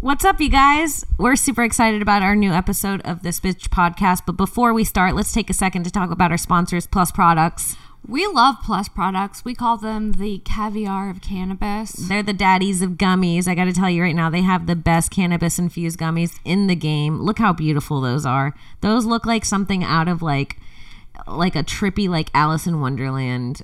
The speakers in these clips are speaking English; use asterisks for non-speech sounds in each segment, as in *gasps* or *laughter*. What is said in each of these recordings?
What's up, you guys? We're super excited about our new episode of This Bitch podcast. But before we start, let's take a second to talk about our sponsors, Plus Products. We love Plus products. We call them the caviar of cannabis. They're the daddies of gummies. I got to tell you right now, they have the best cannabis infused gummies in the game. Look how beautiful those are. Those look like something out of like like a trippy like Alice in Wonderland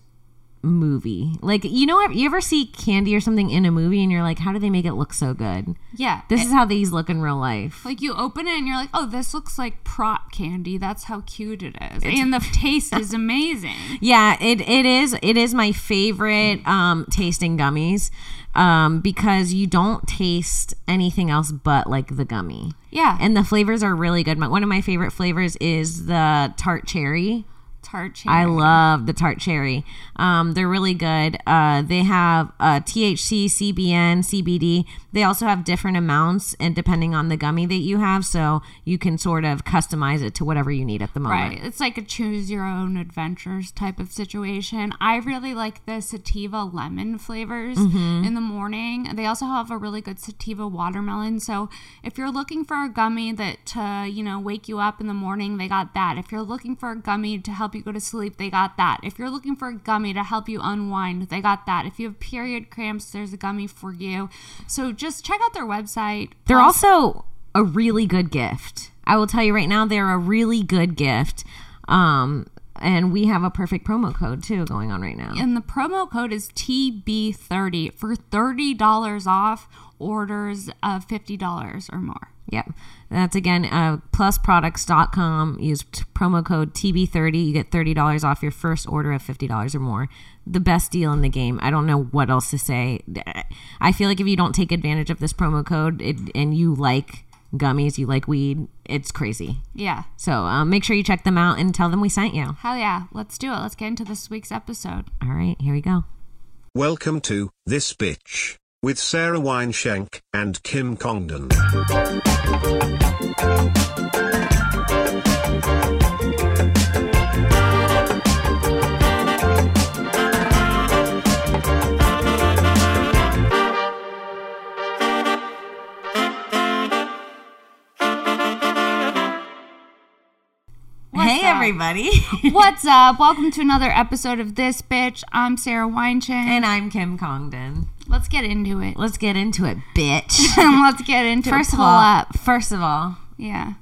movie. Like you know you ever see candy or something in a movie and you're like how do they make it look so good? Yeah. This it- is how these look in real life. like you open it and you're like, oh, this looks like prop candy. That's how cute it is. and the taste *laughs* is amazing. Yeah, it, it is it is my favorite um, tasting gummies um, because you don't taste anything else but like the gummy. Yeah. And the flavors are really good. My, one of my favorite flavors is the tart cherry. tart cherry. I love the tart cherry. Um, they're really good. Uh, they have uh, THC, CBN, CBD. They also have different amounts and depending on the gummy that you have, so you can sort of customize it to whatever you need at the moment. Right. It's like a choose your own adventures type of situation. I really like the sativa lemon flavors in the morning. They also have a really good sativa watermelon. So if you're looking for a gummy that to, you know, wake you up in the morning, they got that. If you're looking for a gummy to help you go to sleep, they got that. If you're looking for a gummy to help you unwind, they got that. If you have period cramps, there's a gummy for you. So just check out their website. They're Plus- also a really good gift. I will tell you right now, they're a really good gift. Um, and we have a perfect promo code too going on right now. and the promo code is TB30 for $30 off orders of $50 or more. Yep. That's again uh, plusproducts.com. Use t- promo code TB30. You get $30 off your first order of $50 or more. The best deal in the game. I don't know what else to say. I feel like if you don't take advantage of this promo code it, and you like gummies, you like weed, it's crazy. Yeah. So um, make sure you check them out and tell them we sent you. Hell yeah. Let's do it. Let's get into this *laughs* week's episode. All right, here we go. Welcome to This Bitch with Sarah Wineshank and Kim Congdon. What's hey, up? everybody. What's up? Welcome to another episode of This Bitch. I'm Sarah Weinchen. and I'm Kim Congdon. let's get into it. Let's get into it, bitch. *laughs* let's get into *laughs* first it. of Pull all, up. first of all, Yeah.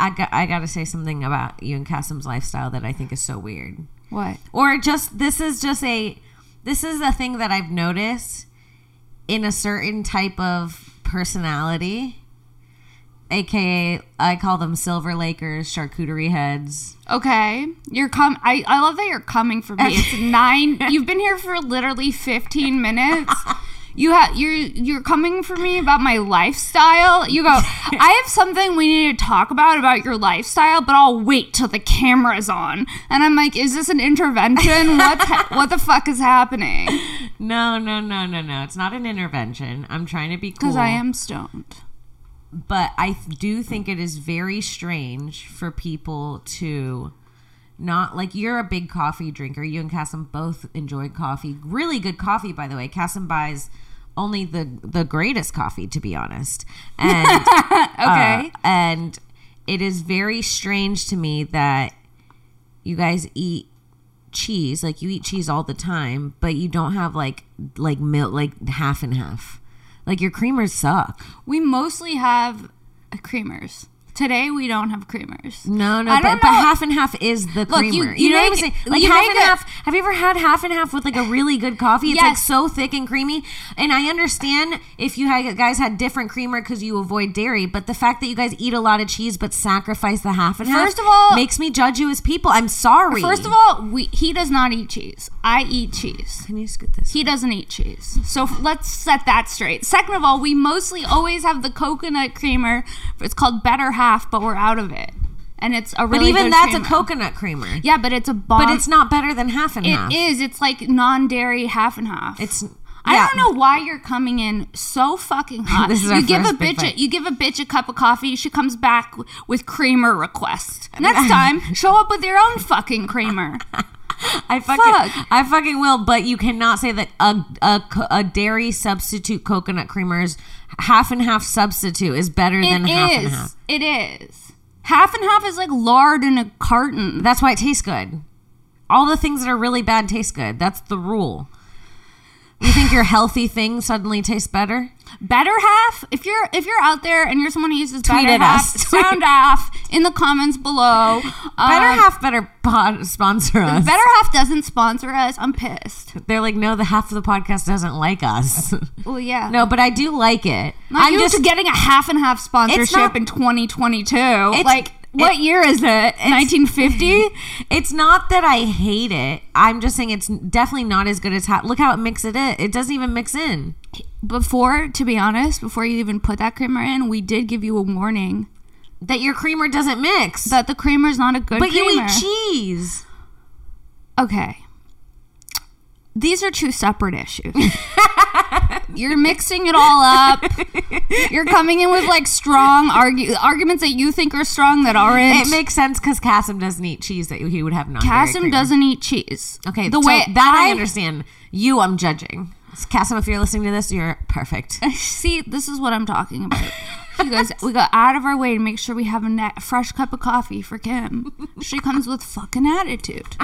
I got I got to say something about you and Kasim's lifestyle that I think is so weird. What? Or just this is just a this is a thing that I've noticed in a certain type of personality, aka I call them silver lakers, charcuterie heads. Okay, you're com. I, I love that you're coming for me. It's nine. You've been here for literally fifteen minutes. You have you're you're coming for me about my lifestyle. You go. I have something we need to talk about about your lifestyle, but I'll wait till the camera's on. And I'm like, is this an intervention? What ha- what the fuck is happening? No, no, no, no, no. It's not an intervention. I'm trying to be cool. Because I am stoned. but I th- do think it is very strange for people to not like you're a big coffee drinker. You and Cassim both enjoy coffee. Really good coffee, by the way. Cassim buys only the the greatest coffee, to be honest. And uh, Okay. and it is very strange to me that you guys eat cheese like you eat cheese all the time but you don't have like like milk like half and half like your creamers suck we mostly have creamers. Today we don't have creamers. No, no, I but, don't but know- half and half is the creamer. you- you, you know what I'm make- saying? Like you half make and a- half. Have you ever had half and half with like a really good coffee? It's like Yes. so thick and creamy. And I understand if you had, guys had different creamer because you avoid dairy, but the fact that you guys eat a lot of cheese but sacrifice the half and half First of all- makes me judge you as people. I'm sorry. First of all, we, he does not eat cheese. I eat cheese. can you scoot this? He doesn't eat cheese. So f- let's set that straight. Second of all, we mostly always have the coconut creamer. It's called Better Half, but we're out of it. And it's a but really even good that's creamer. a coconut creamer. Yeah, but it's a bomb. But it's not better than half and It half. is. It's like non-dairy half and half. It's. I yeah. don't know why you're coming in so fucking *laughs* hot. This is our you give a first big bitch fight. a, you give a bitch a cup of coffee, she *laughs* comes back w- with creamer request. Next time, show up with your own fucking creamer. I fucking, Fuck. I fucking will. But you cannot say that a, a co- a dairy substitute coconut creamer's half and half substitute is better than half It *laughs* and half. is. It is. Half and half is like lard in a carton. That's why it tastes good. All the things that are really bad taste good. That's the rule. You think your healthy thing suddenly tastes better? better half if you're if you're out there and you're someone who uses Tweet better at half us. *laughs* sound half in the comments below Better Um, half better pod sponsor us. better half doesn't sponsor us i'm pissed They're like, no, the half of the podcast doesn't like us. *laughs* well yeah no, but I do like it. Not I'm used just to getting a half and half sponsorship not- in 2022 like what it- year is it *laughs* 1950 It's not that I hate it. I'm just saying it's definitely not as good as how. Look how it mix it in. It doesn't even mix in. before to be honest before you even put that creamer in we did give you a warning That your creamer doesn't mix. that the creamer is not a good but creamer you eat cheese. Okay. These are two *laughs* separate issues. You're mixing it all up. You're coming in with like strong argu- arguments that you think are strong that aren't. It makes sense because Cassim doesn't eat cheese that he would have not. Cassim doesn't eat cheese. Okay, the so way that I, I- understand. You, I'm judging. Cassim, if you're listening to this, you're perfect. See, this is what I'm talking about. You guys, we go out of our way to make sure we have a na- fresh cup of coffee for Kim. She comes with fucking attitude.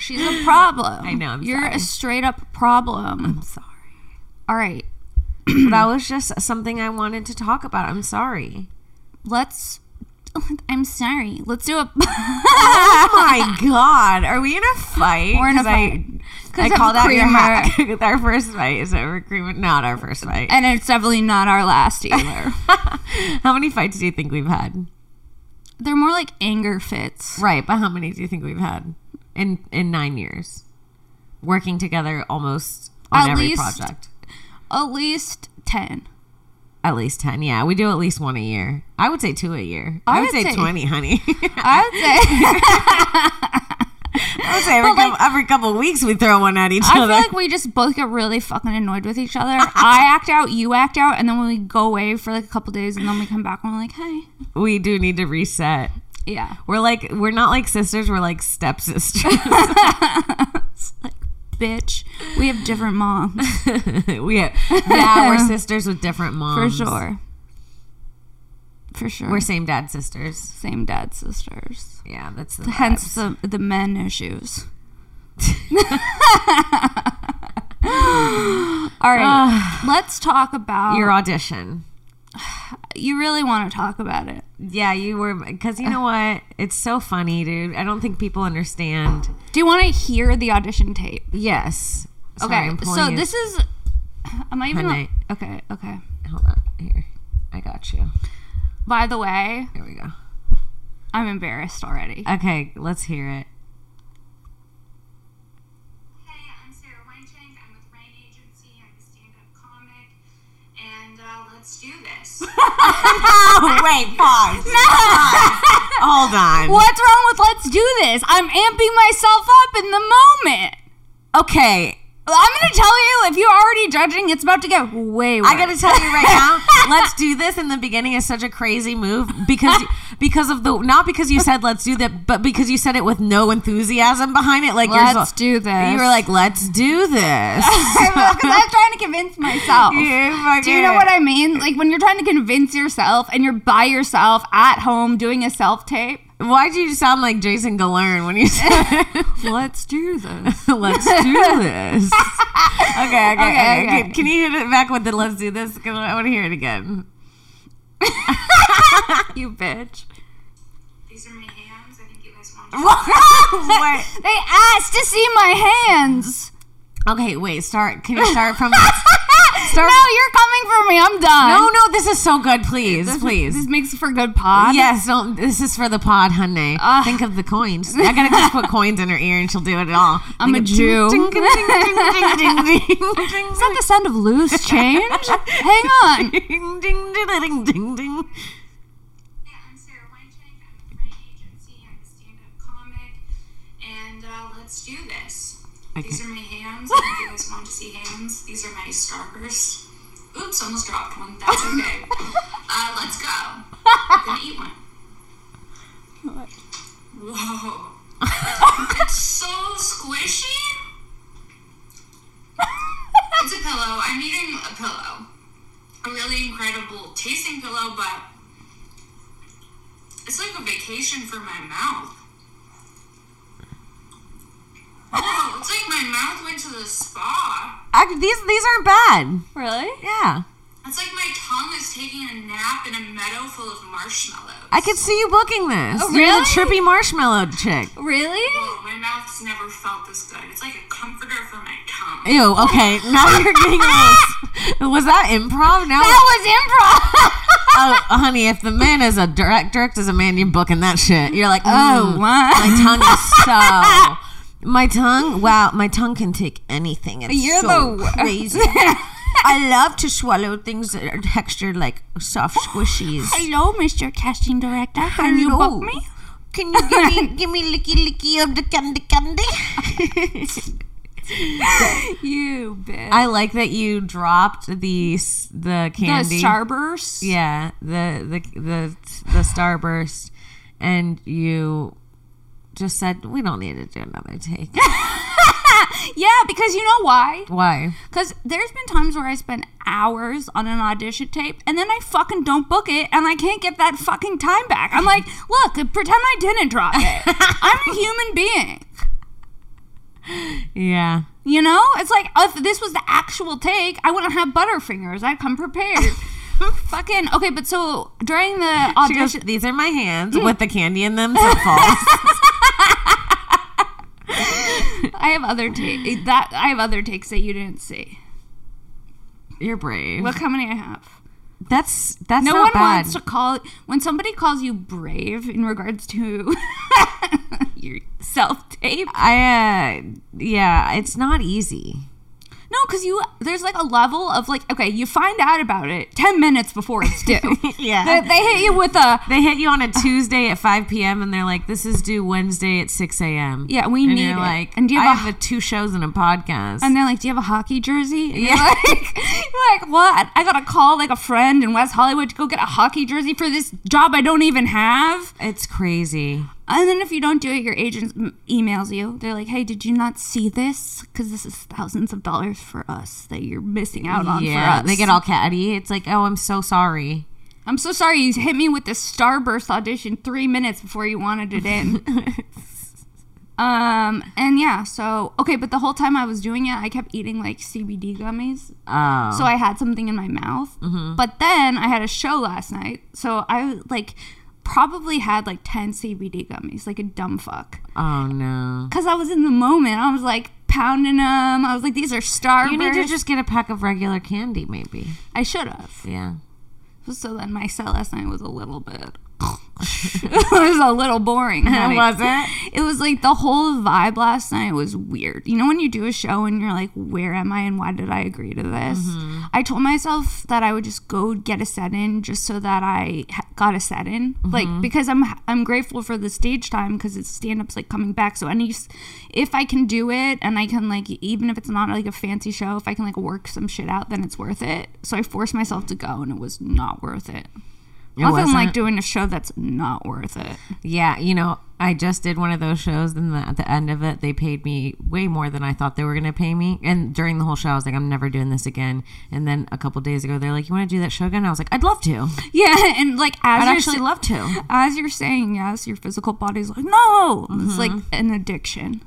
She's a problem. I know, I'm You're sorry. a straight up problem. I'm *laughs* sorry. All right. that was just something I wanted to talk about. I'm *laughs* sorry. let's *laughs* I'm sorry. Let's do a *laughs* Oh my god, are we in a fight? We're in a 'Cause I- *laughs* fight. I, 'Cause of called out your creamer. hack. *laughs* our first fight is over creamer. Not our first fight. and it's definitely not *laughs* our last *laughs* either. How many fights do you think we've had? They're more like anger fits. Right, but how many do you think we've had in in nine years? Working together almost on At every least- project. At least 10. At least ten, yeah. We do at least one a year. I would say two a year. I, I would, would say, say- twenty, *laughs* honey. *laughs* I would say I would say every, But, like- couple, every couple of weeks we throw one at each I feel other. like we just both get really fucking annoyed with each other. I act out, you act out, and then we go away for like a couple days and then we come back and we're like, "Hey." *laughs* we do need to reset. Yeah. We're like we're not like sisters. We're like stepsisters. *laughs* Bitch, we have different moms we have, yeah, *laughs* we're sisters with different for moms. sure. For sure. We're same dad sisters. same dad sisters. Yeah, that's the vibes. Hence the the *laughs* men issues. All right, Ah. let's talk about. your audition. you really want to talk about it? Yeah, you were because you know Uh. what? It's so funny, dude. I don't think people understand. Do you want to hear the audition tape? Yes. Sorry, Okay, I'm pulling so you- this is. Am I even? Honey. Okay, okay. Hold on here. I got you. By the way, Here we go. I'm embarrassed already. Okay, let's hear *laughs* it. Hey, I'm Sarah Wineshank. I'm with Rain Agency. I'm a stand-up comic, and uh, let's do this. Oh wait, pause. *laughs* Hold on. *laughs* What's wrong with let's do this? I'm amping myself up in the moment. Okay, I'm gonna tell you if you're already judging, it's about to get way. Worse. I gotta tell you right *laughs* now, let's do this in the beginning is such a crazy move because because of the not because you said let's do that, but because you said it with no enthusiasm behind it. Like you're Let's so- do this. You *laughs* were like, let's do this. *laughs* because I was trying to convince myself. You Do you know what I mean? Like when you're trying to convince yourself and you're by yourself at home doing a self tape. Why'd you sound like Jason Galern *laughs* when you said Let's do *laughs* this. let's do this? Okay, okay, okay. *laughs* Okay, okay. Can, can you hit it back with the let's do this? 'Cause I want to hear it again. you *laughs* bitch. These are my hands. I think you guys want. What? They asked to see *laughs* my hands. Okay, wait. Start. Can you start *laughs* from? Start- No, you're coming for me. I'm done. no, no. This is so good. Please, please. This makes for good pod. Yes, don't. This is for the pod, honey. Think of the coins. I gotta just put coins in her ear, and she'll do it all. *laughs* I'm a Think of- *laughs* Jew. Ding, ding, ding, ding, ding, ding, ding, ding. Is *laughs* that the sound of loose *laughs* change? Hang on. Ding, ding, ding, ding, ding, ding. Yeah, I'm Sarah Wineshank. I'm with Rain Agency. I'm a stand-up comic, and uh, let's do this. These are my hands. I think you guys want to see hands. These are my stalkers. Oops, almost dropped one. That's okay. uh, let's go. I'm gonna eat one. Whoa. it's so cool tasting pillow, but it's like a vacation for my mouth. Whoa, it's like my mouth went to the spa. Act- these these aren't bad. Really? Yeah, It's like my tongue is taking a nap in a meadow full of marshmallows. I could see you booking this. Oh, You're the really? trippy marshmallow chick. Really? Whoa, my mouth's never felt this good. It's like a comforter for my tongue. Ew. Okay, *laughs* now you're getting a little. Was that improv? Now, That was improv. *laughs* oh, honey, if the man is a direct direct is a man, you're booking that shit. You're like, oh, what? my tongue *laughs* is so. My tongue, wow, my tongue can take anything. It's You're so the wor- *laughs* crazy. I love to swallow things that are textured like soft squishies. Hello, Mr. Casting Director. Can you Hello. book me? Can you give me *laughs* give me licky licky of the candy candy? You bitch. I like that you dropped the s- the candy. The Starburst. Yeah, the the the the starburst, and you just said we don't need to do another take. *laughs* Yeah, because you know why? Why? Because there's been times where I spend hours on an audition tape and then I fucking don't book it and I can't get that fucking time back. *laughs* I'm like, look, pretend I didn't drop it. I'm a human being. Yeah, You know? It's like, if this was the actual take, I wouldn't have Butterfingers. I'd *laughs* come prepared. fucking. Okay, but so during the she goes. audition. These are my hands with the candy in them. So *laughs* false. I have other take that I have other takes that you didn't see. You're brave. Look how many I have. that's that's No not one bad. wants to call when somebody calls you brave in regards to *laughs* your self tape. I uh, yeah, it's not easy. No, because you there's like a level of like okay, you find out about it ten minutes before it's due. *laughs* Yeah. they, they hit you with a They hit you on a Tuesday at 5 p.m. and they're like, "This is due Wednesday at 6 a.m." Yeah, we and need you're it. Like, And do you I have a- have a, two shows and a podcast. and they're like, do you have a hockey jersey? And you're like, *laughs* you're like what? I gotta call like a friend in West Hollywood to go get a hockey jersey for this job I don't even have. it's crazy. And then if you don't do it, your agent m- emails you. They're like, "Hey, did you not see this? Because this is thousands of dollars for us that you're missing out on yeah, for us." they get all catty. It's like, "Oh, I'm so sorry." I'm so sorry you hit me with this Starburst audition three minutes before you wanted *laughs* it in. um, and yeah, so okay, but the whole time I was doing it, I kept eating like CBD gummies, Oh. Mm-hmm. so I had something in my mouth. But then I had a show last night, so I like probably had like ten CBD gummies, like a dumb fuck. Oh no. because I was in the moment. I was like pounding them. I was like, these are Starburst. You need to just get a pack of regular candy, maybe. I should have. Yeah. So then my set last night was a little bit. *laughs* it was a little boring. honey. *laughs* it? It was like the whole vibe last night was weird. You know when you do a show and you're like, where am I and why did I agree to this? I told myself that I would just go get a set in just so that I ha- got a set in, like because I'm I'm grateful for the stage time because it's stand ups like coming back. So any s- if I can do it and I can like even if it's not like a fancy show, if I can like work some shit out, then it's worth it. So I forced myself to go and it was not worth it. Nothing like wasn't? doing a show that's not worth it. Yeah, you know, I just did one of those shows, and the, at the end of it, they paid me way more than I thought they were going to pay me. And during the whole show, I was like, I'm never doing this again. And then a couple days ago, they're like, You want to do that show again? I was like, I'd love to. Yeah, and like as I'd you're actually sa- love to. as you're saying yes, your physical body's like, no, it's like an addiction,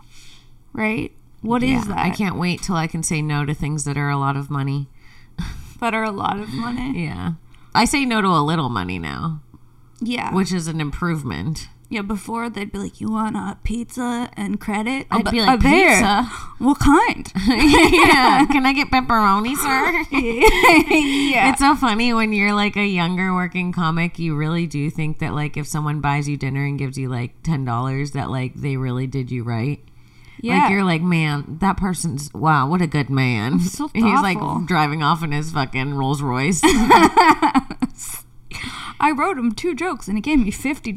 right? What is Mm-hmm. Yeah, that? I can't wait till I can say no to things that are a lot of money. That are a lot of money. Yeah. I say no to a little money now, Yeah. which is an improvement. yeah, before they'd be like, you want a pizza and credit? I'd be like, "Pizza? What kind? *laughs* *laughs* *laughs* yeah. Can I get pepperoni, *laughs* sir? yeah. It's so funny when you're like a younger working comic, you really do think that like if someone buys you dinner and gives you like ten dollars, that like they really did you right. yeah. Like you're like, man, that person's wow, what a good man. So He's like thoughtful. driving off in his fucking Rolls *laughs* Royce. I wrote him two jokes and he gave me $50.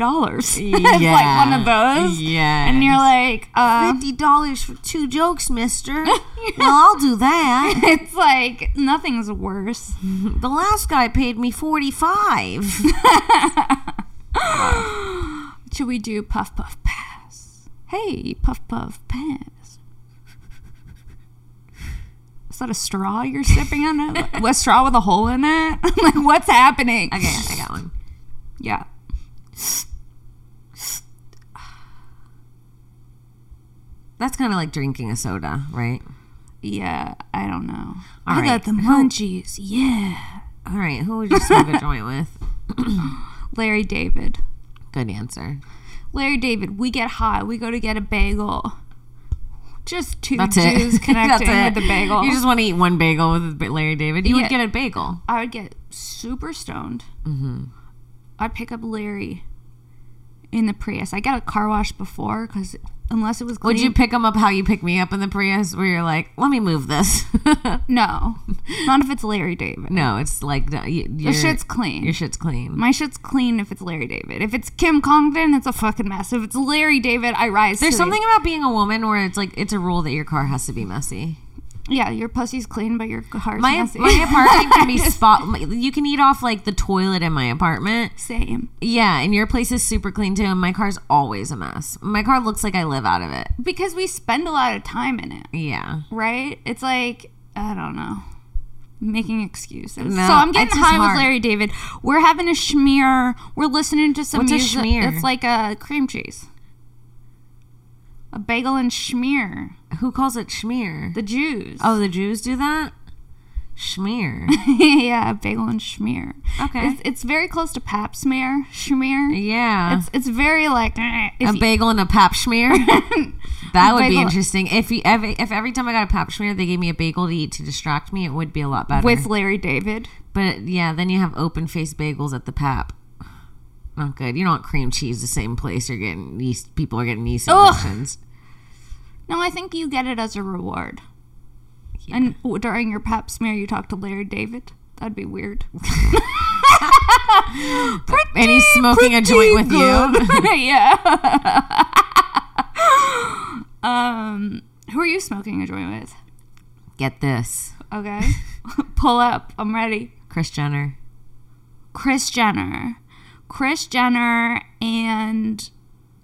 yeah, like one of those. Yeah, And you're like, *laughs* uh, fifty dollars for two jokes, *laughs* Mister. well, I'll do that. it's like nothing's worse. The last guy paid me forty five. Should we do puff puff pass? Hey, puff puff pass. Is that a straw you're sipping *laughs* on? A, a straw with a hole in it? *laughs* I'm like, what's happening? Okay, I got one. Yeah. That's kind of like drinking a soda, right? Yeah, I don't know. All I right. got the munchies. Yeah. All right, who would you smoke *laughs* a joint with? Larry David. Good answer. Larry David, we get hot. We go to get a bagel. Just two That's it. *laughs* Jews connecting That's it. with the bagel. You just want to eat one bagel with Larry David. You would Yeah. get a bagel. I would get super stoned. Mm-hmm. I'd pick up Larry in the Prius. I got a car wash before because unless it was clean. Would you pick him up how you pick me up in the Prius, where you're like, "Let me move this"? *laughs* No, not if it's Larry David. no, it's like the y- *laughs* The your shit's clean. Your shit's clean. My shit's clean if it's Larry David. If it's Kim Congdon, it's a fucking mess. If it's Larry David, I rise. There's to the- something about being a woman where it's like it's a rule that your car has to be messy. Yeah, your pussy's clean, but your heart's My messy. my apartment can *laughs* be spot. my- You can eat off like the toilet in my apartment. Same. Yeah, and your place is super clean too. And my car's always a mess. My car looks like I live out of it. Because we spend a lot of time in it, Yeah. right? It's like, I don't know. Making No, excuses. so I'm it's getting just high hard. with Larry David. We're having a schmear. We're listening to some What's a music. schmear? It's like a cream cheese. A bagel and schmear. Who calls it schmear? The Jews. Oh, the Jews do that? Schmear. *laughs* yeah, bagel and schmear. Okay. It's, it's very close to pap smear, schmear. Yeah. It's, it's very like eh, if a you- bagel and a pap *laughs* schmear. that would be Bagel- interesting. If, you, every if every time I got a pap schmear, they gave me a bagel to eat to distract me, it would be a lot better. with Larry David. but yeah, then you have open faced bagels at the pap. Not good. You don't want cream cheese the same place you're getting yeast. People are getting yeast Ugh. infections. No, I think you get it as a reward. And w- during your pap smear, you talk to Larry David. That'd *laughs* be weird. *laughs* And he's smoking a joint with you. yeah. um, who are you smoking a joint with? Get this, *laughs* Okay, pull up. I'm ready. Chris Jenner. Chris Jenner. Chris Jenner and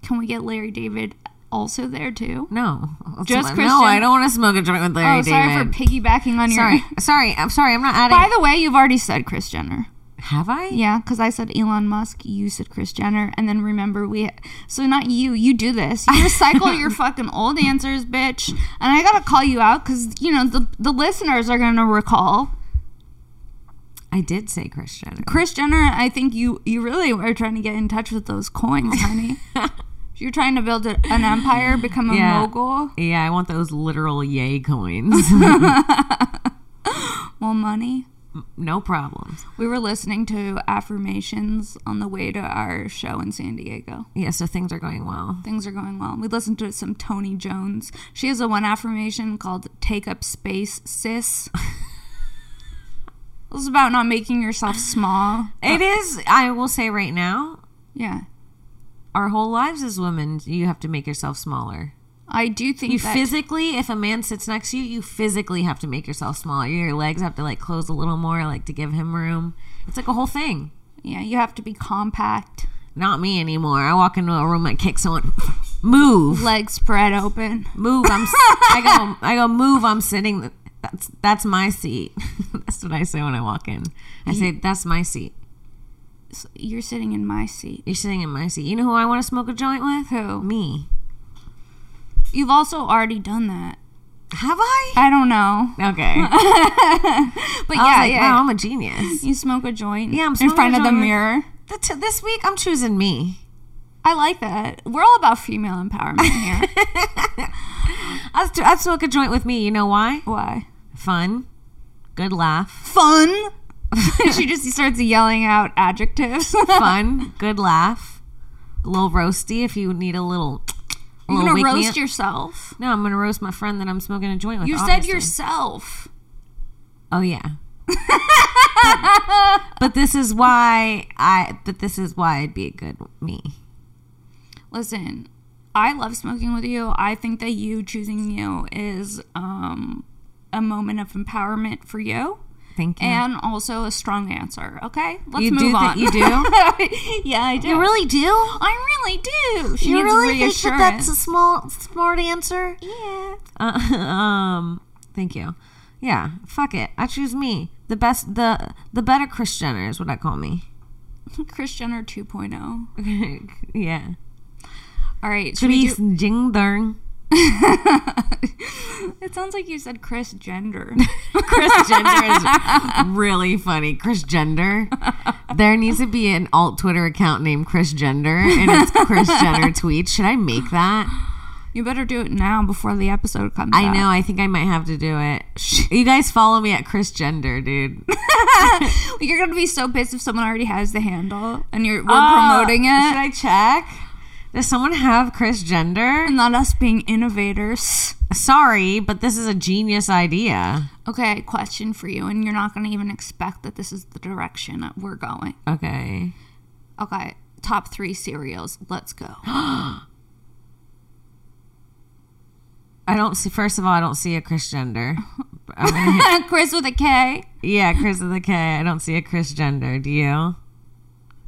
can we get Larry David also there too? No, That's Just what- Chris No, I Jenner. don't want to smoke a joint with Larry oh, sorry David. for piggybacking on your. sorry, *laughs* sorry. I'm sorry. I'm not adding. *laughs* By the way, you've already said Chris Jenner. Have I? Yeah, because I said Elon Musk, you said Chris Jenner, and then remember we. So not you, you do this. You recycle your fucking old answers, bitch. And I gotta call you out because you know the the listeners are gonna recall I did say Chris Jenner. Chris Jenner. I think you you really were trying to get in touch with those coins, honey. You're trying to build a, an empire, become a Yeah. mogul, Yeah, I want those literal yay *laughs* coins. more money. no problems. We were listening to affirmations on the way to our show in San Diego. Yeah, so things are going well. things are going well. We listened to some Tony Jones. She has a one affirmation called "Take up space, sis." *laughs* this is about not making yourself small. It is, I will say right now, Yeah, our whole lives as women, you have to make yourself smaller. I do think You that. physically, if a man sits next to you, you physically have to make yourself smaller. Your legs have to like close a little more, like to give him room. It's like a whole thing. yeah, you have to be compact, Not me anymore. I walk into a room, I kick someone. *laughs* Move, legs spread open. move. I'm. s- I go. I go. Move. I'm sitting. That's that's my seat. *laughs* that's what I say when I walk in. I say that's my seat. S- You're sitting in my seat. You're sitting in my seat. You know who I want to smoke a joint with? Who? Me. You've also already done that. Have I? I don't know, *laughs* Okay. but I yeah, was like, yeah. wow, I'm a genius. You smoke a joint. Yeah, I'm in smoking front a of the joint. mirror. The t- this week, I'm choosing me. I like that. We're all about female *laughs* empowerment here. I'd, t- I'd smoke a joint with me. You know why? Why? Fun, good laugh. *laughs* *laughs* fun. she just starts yelling out adjectives. *laughs* Fun, good laugh. A little roasty if you need a little. a You're little wake gonna me roast up. yourself. No, I'm gonna roast my friend that I'm smoking a joint with. You said obviously. yourself. Oh yeah. *laughs* but, but this is why I. But this is why I'd be a good me. Listen, I love smoking with you. I think that you choosing you is um, a moment of empowerment for you. Thank you. *laughs* And also a strong answer. Okay, let's you move do that. on. You do. *laughs* yeah, I do. You really do. I really do. She You needs really think that reassurance. that's a small smart answer? yeah. Uh, um, thank you. Yeah, fuck it. I choose me. The best, the the better Chris Jenner is what I call me. *laughs* Chris Jenner 2.0. yeah. All right. Should we Chris do- Jing Dong. it sounds like you said Chris Gender. Chris Gender is *laughs* really funny. Chris Gender. There needs to be an alt Twitter account named Chris Gender, and it's Chris Jenner tweet. Should I make that? you better do it now before the episode comes I out. know. I think I might have to do it. You guys follow me at Chris Gender, dude. *laughs* You're going to be so pissed if someone already has the handle and you're we're Oh, promoting it. Should I check? Does someone have Chris Gender? and not us being innovators. Sorry, but this is a genius idea. Okay, question for you, and you're not going to even expect that this is the direction that we're going. Okay. Okay, top three cereals. Let's *gasps* go. *laughs* I don't see. First of all, I don't see a Chris Gender. Chris with a K. Yeah, Chris with a K. I don't see a Chris Gender. Do you?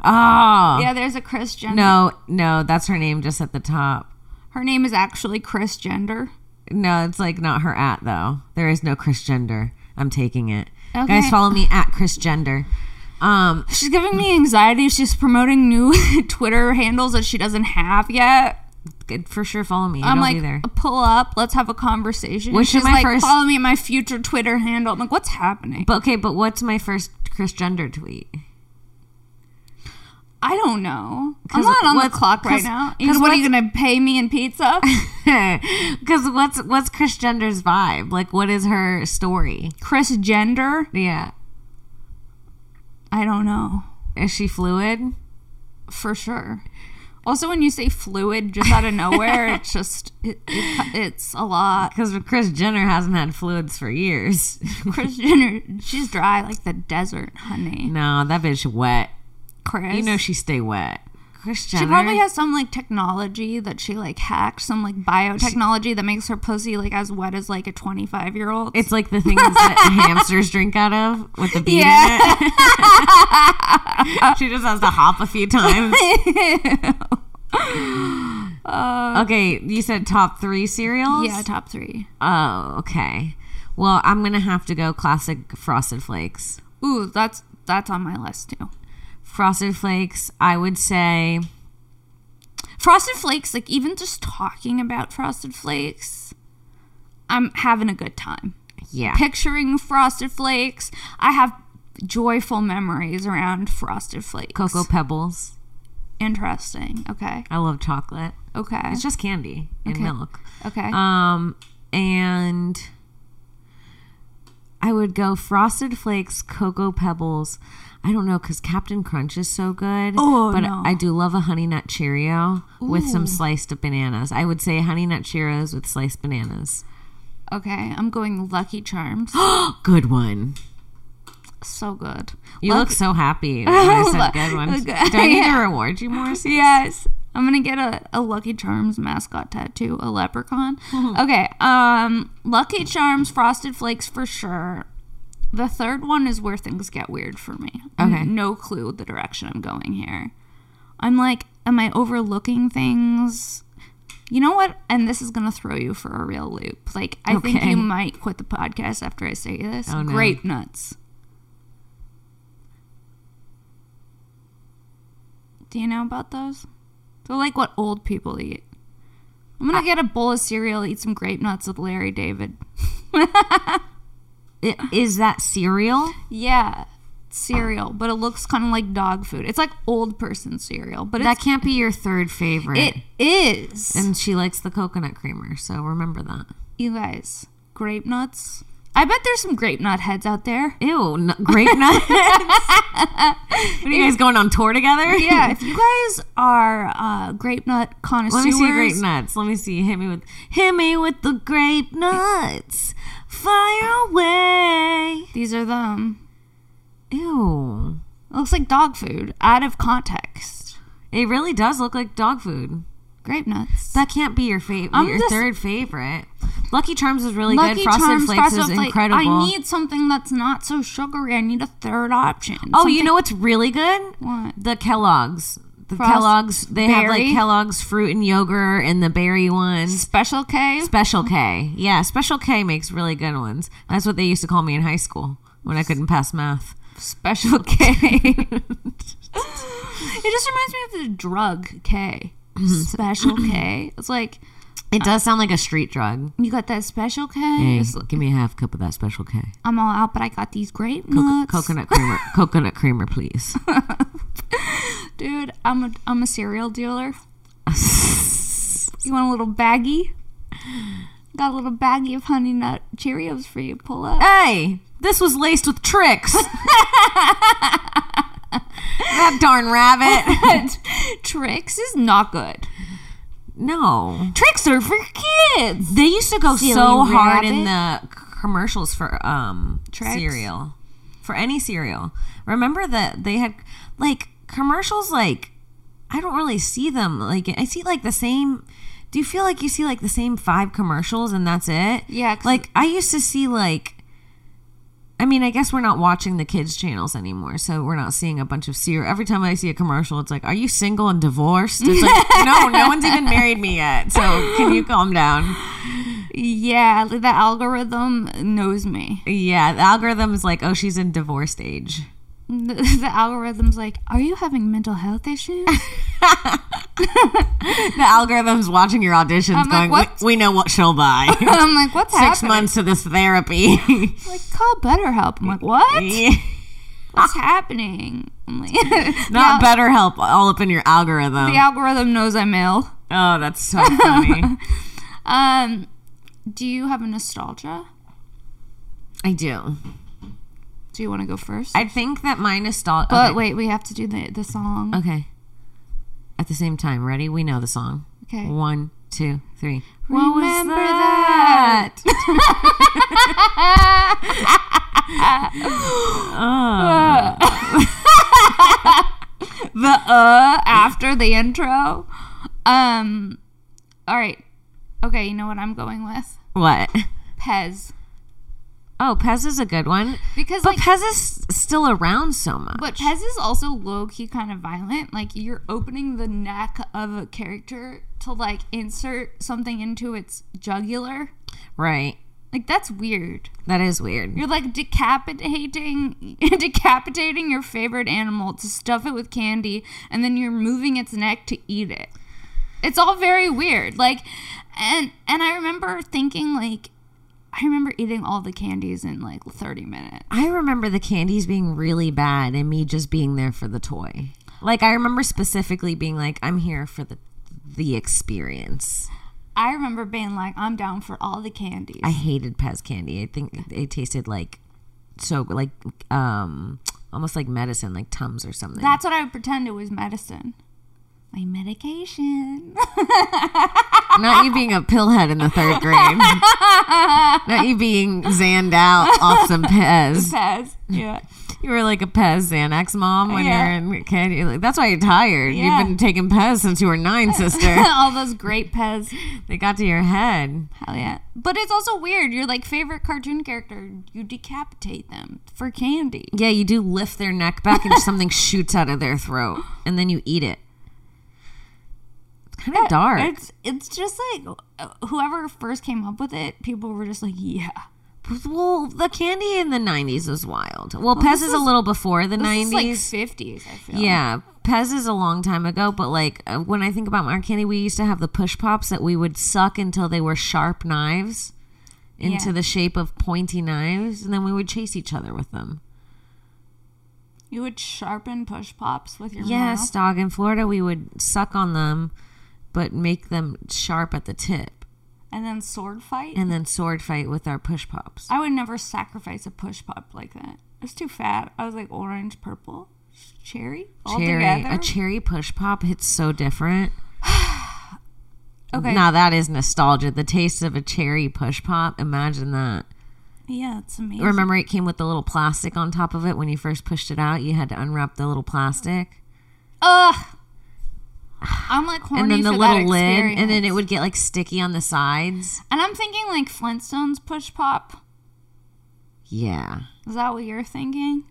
Oh Yeah, there's a Chris Gender. no, no, that's her name just at the top. Her name is actually Chris Gender. No, it's like not her at though. There is no Chris Gender. I'm taking it. Okay. Guys, follow me at Chris Gender. Um, She's giving me anxiety. She's promoting new *laughs* Twitter handles that she doesn't have yet. good- for sure, follow me. I I'm don't like, either. pull up. Let's have a conversation. What should She's my like, first- follow me at my future Twitter handle. I'm like, what's happening? But okay, but what's my first Chris Gender tweet? *laughs* I don't know. I'm 'Cause not on the what's- clock right 'cause- now. You 'cause just- what are you what's- going to pay me *laughs* in pizza? Because what's what's Chris Gender's vibe? Like, what is her story? Chris Gender? Yeah, I don't know. is she fluid? For sure. Also, when you say fluid just out *laughs* of nowhere, it's just, it, it, it's a lot. Because Chris Jenner hasn't had fluids for years. *laughs* Chris *laughs* Jenner, she's dry like the desert, honey. no, that bitch wet. Chris. You know she stay wet. Chris Jenner. She probably has some like technology that she like hacked, some like biotechnology that makes her pussy like as wet as like a 25 year old. It's like the things *laughs* that hamsters drink out of with the bean Yeah. in it. *laughs* she just has to hop a few times. *laughs* okay, you said top three cereals. Uh, yeah, top three. Oh, okay. Well, I'm gonna have to go classic Frosted Flakes. Ooh, that's that's on my list too. Frosted Flakes. I would say Frosted Flakes, like even just talking about Frosted Flakes, I'm having a good time. yeah. Picturing Frosted Flakes, I have joyful memories around Frosted Flakes. Cocoa Pebbles. Interesting. Okay. I love chocolate. Okay. It's just candy and Okay. milk. Okay. Um, and I would go Frosted Flakes, Cocoa Pebbles. I don't know because Captain Crunch is so good. Oh, but no. I do love a Honey Nut Cheerio with some sliced bananas. I would say Honey Nut Cheerios with sliced bananas. okay. I'm going Lucky Charms. *gasps* Good one. so good. You Lucky- look so *laughs* happy when I said good one. Do Look- *laughs* I need yeah. to reward you more? Sis? Yes. I'm gonna get a, a Lucky Charms mascot tattoo, a *laughs* leprechaun. okay. Um Lucky Charms, Frosted Flakes for sure. The third one is where things get weird for me. Okay. No clue the direction I'm going here. I'm like, am I overlooking things? You know what? And this is gonna throw you for a real loop. Like I think Okay. you might quit the podcast after I say this. Oh, no. Grape nuts. Do you know about those? They're like what old people eat. I'm gonna get a bowl of cereal, eat some grape nuts with Larry David. I- Is that cereal? Yeah, cereal, but it looks kind of like dog food. It's like old person cereal, but That it's, can't be your third favorite. it is. and she likes the coconut creamer, so remember that. you guys, grape nuts. I bet there's some grape nut heads out *laughs* there. Ew, n- grape *laughs* nuts. what are you guys going on tour together? Yeah, if you guys are uh, grape nut connoisseurs, *laughs* Let me see grape nuts. Let me see. Hit me with hit me with the grape nuts. Fire away. these are them. Ew. It looks like dog food out of context. It really does look like dog food. Grape nuts. That can't be your favorite. I'm Your just- third favorite. Lucky Charms is really Lucky good. Frosted Charms, Flakes Frosted is Flake. incredible. I need something that's not so sugary. I need a third option. oh, you Something- know what's really good? what? The Kellogg's. the Frost- Kellogg's. They have like berry? Kellogg's fruit and yogurt and the berry ones. Special K. Special K. Yeah, Special K makes really good ones. That's what they used to call me in high school when I couldn't pass math. Special *laughs* K. it just reminds me of the drug K. Special K. It's like It does sound like a street drug. you got that Special K. Hey, It's- give me a half cup of that Special K. I'm all out, but I got these grape Coco- nuts. coconut *laughs* creamer. coconut creamer, please. Dude, I'm a, I'm a cereal dealer. You want a little baggie? Got a little baggie of Honey Nut Cheerios for you. Pull up. *laughs* hey, this was laced with *laughs* tricks. that darn rabbit. *laughs* Tricks is not good. No. Tricks are for kids. They used to go Silly so hard in the commercials for um Tricks? cereal. For any cereal. Remember that they had like commercials like I don't really see them. Like I see like the same do you feel like you see like the same five commercials and that's it? Yeah, 'cause- Like I used to see like I mean, I guess we're not watching the kids' channels anymore, so we're not seeing a bunch of cereal. Every time I see a commercial, it's like, "Are you single and divorced?" It's *laughs* like, "No, no one's even married me yet." So can you calm down? Yeah, like the algorithm knows me. *laughs* Yeah, the algorithm is like, oh, she's in divorce age. The, the algorithm's like, are you having mental health *laughs* issues? The algorithm's watching your auditions, I'm like, going, what? we, we know what she'll buy. I'm like, *laughs* what's Six happening? months to this therapy. *laughs* Like, call BetterHelp. I'm like, what? Yeah. What's happening? I'm like, *laughs* Not the, al- better help all up in your algorithm. the algorithm knows I'm ill. Oh, that's so *laughs* funny. Um, do you have a nostalgia? I do. Do you want to go first? I think that my nostalgia. but okay. wait, we have to do the the song. okay. At the same time, ready? We know the song. Okay. One, two, three. Remember *laughs* that? *laughs* the uh after the intro. Um, all right. Okay, you know what I'm going with? what? Pez. Oh, Pez is a good one. Because But like Pez is still around so much. but Pez is also low key kind of violent. Like you're opening the neck of a character to like insert something into its jugular. Right. Like that's weird. That is weird. You're like decapitating *laughs* decapitating your favorite animal to stuff it with candy and then you're moving its neck to eat it. It's all very weird. Like and and I remember thinking like I remember eating all the candies in like 30 minutes. I remember the candies being really bad and me just being there for the toy. Like I remember specifically being like, I'm here for the the experience. I remember being like I'm down for all the candies. I hated Pez candy. I think it tasted like so like um almost like medicine, like Tums or something. That's what I would pretend it was medicine. My medication. *laughs* Not you being a pillhead in the third *laughs* grade. Not you being zanned out off some Pez. Says. Yeah. *laughs* You were like a Pez Xanax mom when Yeah. you're in candy. Like, that's why you're tired. Yeah. You've been taking Pez since you were nine, *laughs* sister. all those great Pez. they got to your head. Hell yeah. But it's also weird. Your like favorite cartoon character, you decapitate them for candy. Yeah, you do lift their neck back and *laughs* something shoots out of their throat, and then you eat it. It's kind of dark. It's it's just like uh, whoever first came up with it, people were just like, yeah. well, the candy in the '90s was wild. Well, Pez is, a little before the This '90s. is like 50s, I feel. yeah, Pez is a long time ago, but like uh, when I think about our candy, we used to have the push pops that we would suck until they were sharp knives into Yeah. the shape of pointy knives, and then we would chase each other with them. You would sharpen push pops with your Yes, dog. In Florida, we would suck on them, but make them sharp at the tip, mouth and then sword fight. and then sword fight with our push pops. I would never sacrifice a push pop like that. It was too fat. I was like orange, purple, cherry, all Cherry, together. a cherry push pop hits so different. okay. Now that is nostalgia. The taste of a cherry push pop. Imagine that. yeah, it's amazing. Remember, it came with the little plastic on top of it when you first pushed it out. You had to unwrap the little plastic Ugh. I'm like horny and then the for little that lid, experience. and then it would get like sticky on the sides. And I'm thinking like Flintstones push pop. Yeah, Is that what you're thinking?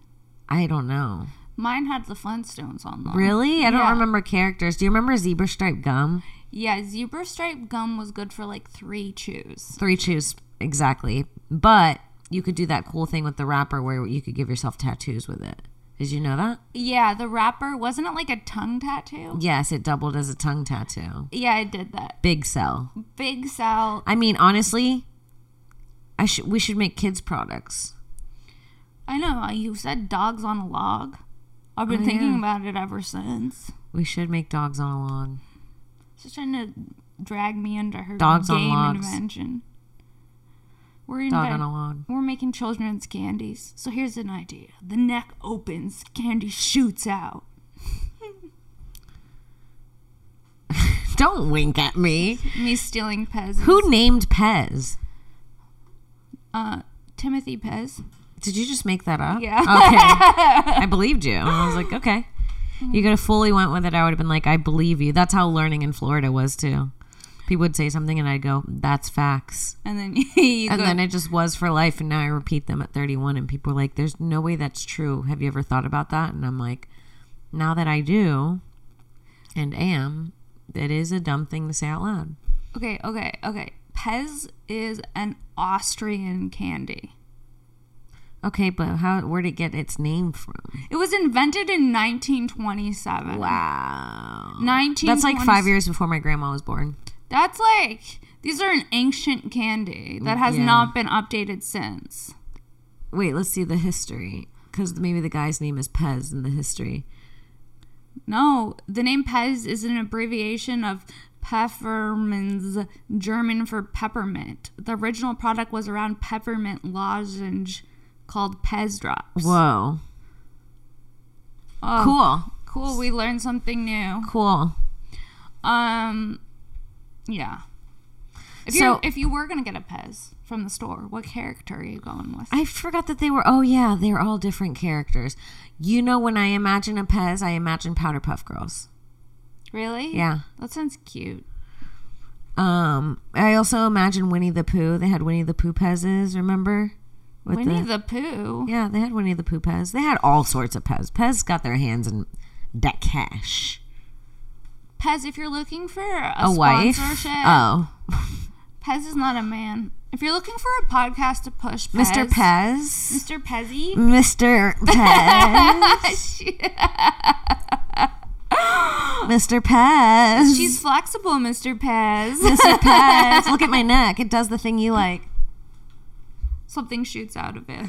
I don't know. Mine had the Flintstones on them. Really? I don't Yeah. remember characters. Do you remember zebra stripe gum? Yeah, zebra stripe gum was good for like three chews. Three chews exactly. But you could do that cool thing with the wrapper where you could give yourself tattoos with it. Did you know that? Yeah, the wrapper wasn't it like a tongue tattoo? Yes, it doubled as a tongue tattoo. Yeah, I did that. Big sell. Big Sal. I mean, honestly, I should we should make kids products. I know uh, you said dogs on a log. I've been Oh, thinking yeah. about it ever since. We should make dogs on a log. She's trying to drag me into her Dogs on game logs. invention. We're in Dog on a log. We're making children's candies. So here's an idea. The neck opens, candy shoots out. Don't wink at me. Me stealing Pez. Who named Pez? Uh, Timothy Pez. Did you just make that up? Yeah. Okay. I believed you. I was like, okay. You could have fully went with it. I would have been like, I believe you. That's how learning in Florida was too. People would say something, and I'd go, "That's facts." And then *laughs* you And go, then it just was for life. And now I repeat them at 31, and people are like, "There's no way that's true." Have you ever thought about that? And I'm like, now that I do, and am, it is a dumb thing to say out loud. okay, okay, okay. Pez is an Austrian candy. Okay, but how? Where'd it get its name from? It was invented in 1927. Wow. 19. That's like five years before my grandma was born. That's like these are an ancient candy that has Yeah. not been updated since. Wait, let's see the history. Because maybe the guy's name is Pez in the history. No, the name Pez is an abbreviation of Pfefferminz, German for peppermint. The original product was around peppermint lozenge called Pez drops. Whoa. Oh, Cool. Cool, we learned something new. Cool. Um yeah. If you So- are if you were going to get a Pez from the store, what character are you going with? I forgot that they were. Oh, yeah, they're all different characters. You know, when I imagine a Pez, I imagine Powder Puff Girls. really? Yeah. That sounds cute. Um, I also imagine Winnie the Pooh. They had Winnie the Pooh Pezes, remember? With Winnie the Pooh. Yeah, they had Winnie the Pooh Pez. They had all sorts of Pez. Pez got their hands in that cash. Pez, if you're looking for a, A wife. sponsorship, Oh, Pez is not a man. If you're looking for a podcast to push Pez, Mr. Pez. Mr. Pezzy, Mr. Pez. *laughs* Mr. Pez. she's flexible, Mr. Pez. Mr. Pez. Look at my neck. It does the thing you like. *laughs* Something shoots out of it.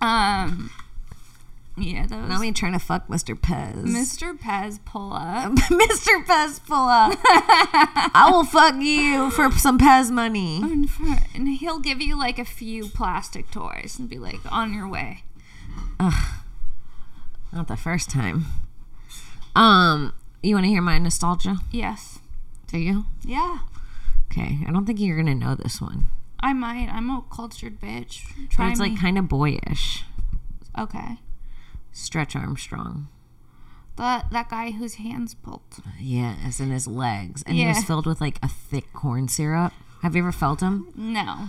Um, yeah, that Now was we trying to fuck Mr. Pez. *laughs* Mr. Pez pull up. Mr. Pez, pull up. I will fuck you for some Pez money. And, for, and he'll give you like a few plastic toys and be like, on your way. Not the first time. Um, you want to hear my nostalgia? Yes. Do you? Yeah. Okay. I don't think you're gonna know this one. I might. I'm a cultured bitch. But Try it's me. like kind of boyish. okay. Stretch Armstrong. That that guy whose hands pulled. Yes, and his legs. And he was Yeah. filled with like a thick corn syrup. Have you ever felt him? No.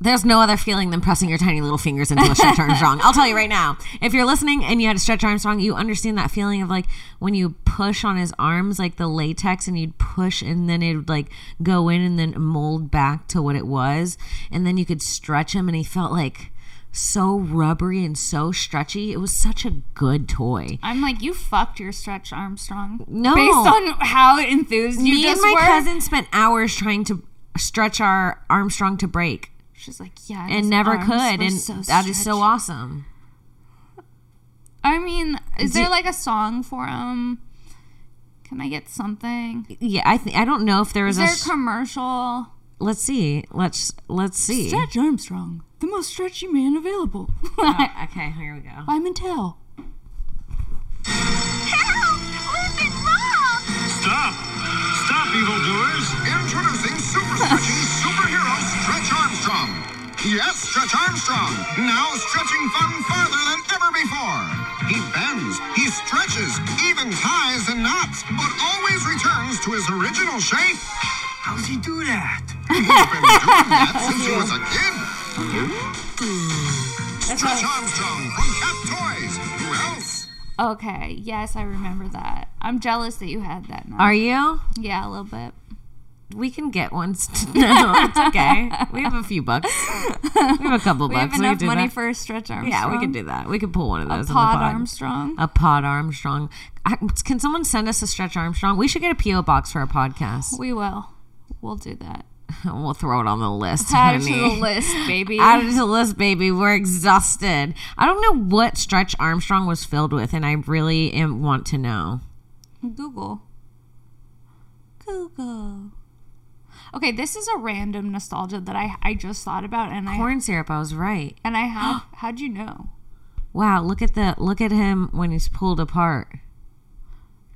There's no other feeling than pressing your tiny little fingers into a stretch *laughs* Armstrong. I'll tell you right now. If you're listening and you had a stretch Armstrong, you understand that feeling of like when you push on his arms, like the latex, and you'd push, and then it would like go in and then mold back to what it was. And then you could stretch him, and he felt like so rubbery and so stretchy. It was such a good toy. I'm like, you fucked your Stretch Armstrong. No. Based on how enthused you me and just my were. cousin spent hours trying to stretch our Armstrong to break She's like, yeah. and his never arms could. were And so that is so stretchy." awesome. I mean, is Do- there like a song for him? Can I get something? Yeah, I th- I don't know if there was Is a. there s- a commercial? let's see. Let's let's see. Stretch Armstrong, the most stretchy man available. okay, here we go. by Mattel. Stop! Stop, evildoers! Introducing super stretching superhero Stretch Armstrong. Yes, Stretch Armstrong. Now stretching fun farther than ever before. He bends, he stretches, even ties and knots, but always returns to his original shape. How's he do that? He's been doing that since he was a kid. Stretch Armstrong from Cap Toys. Who else? Okay, yes, I remember that. I'm jealous that you had that. Now. Are you? yeah, a little bit. We can get one. *laughs* st- no, it's okay. We have a few bucks. We have a couple *laughs* We bucks. have enough can do money that. for a stretch Armstrong. Yeah, we can do that. We can pull one of a those. on pod Uh, the pod. Armstrong. A pod Armstrong. I, can someone send us a stretch Armstrong? We should get a PO box for our podcast. *laughs* We will. We'll do that. We'll throw it on the list. Add it to honey. the list, *laughs* baby. Add it to the list, baby. We're exhausted. I don't know what Stretch Armstrong was filled with, and I really am, want to know. Google. Google. Okay, this is a random nostalgia that I I just thought about and I Corn syrup. I was right. and *gasps* I have. How'd you know? Wow, look at the look at him when he's pulled apart.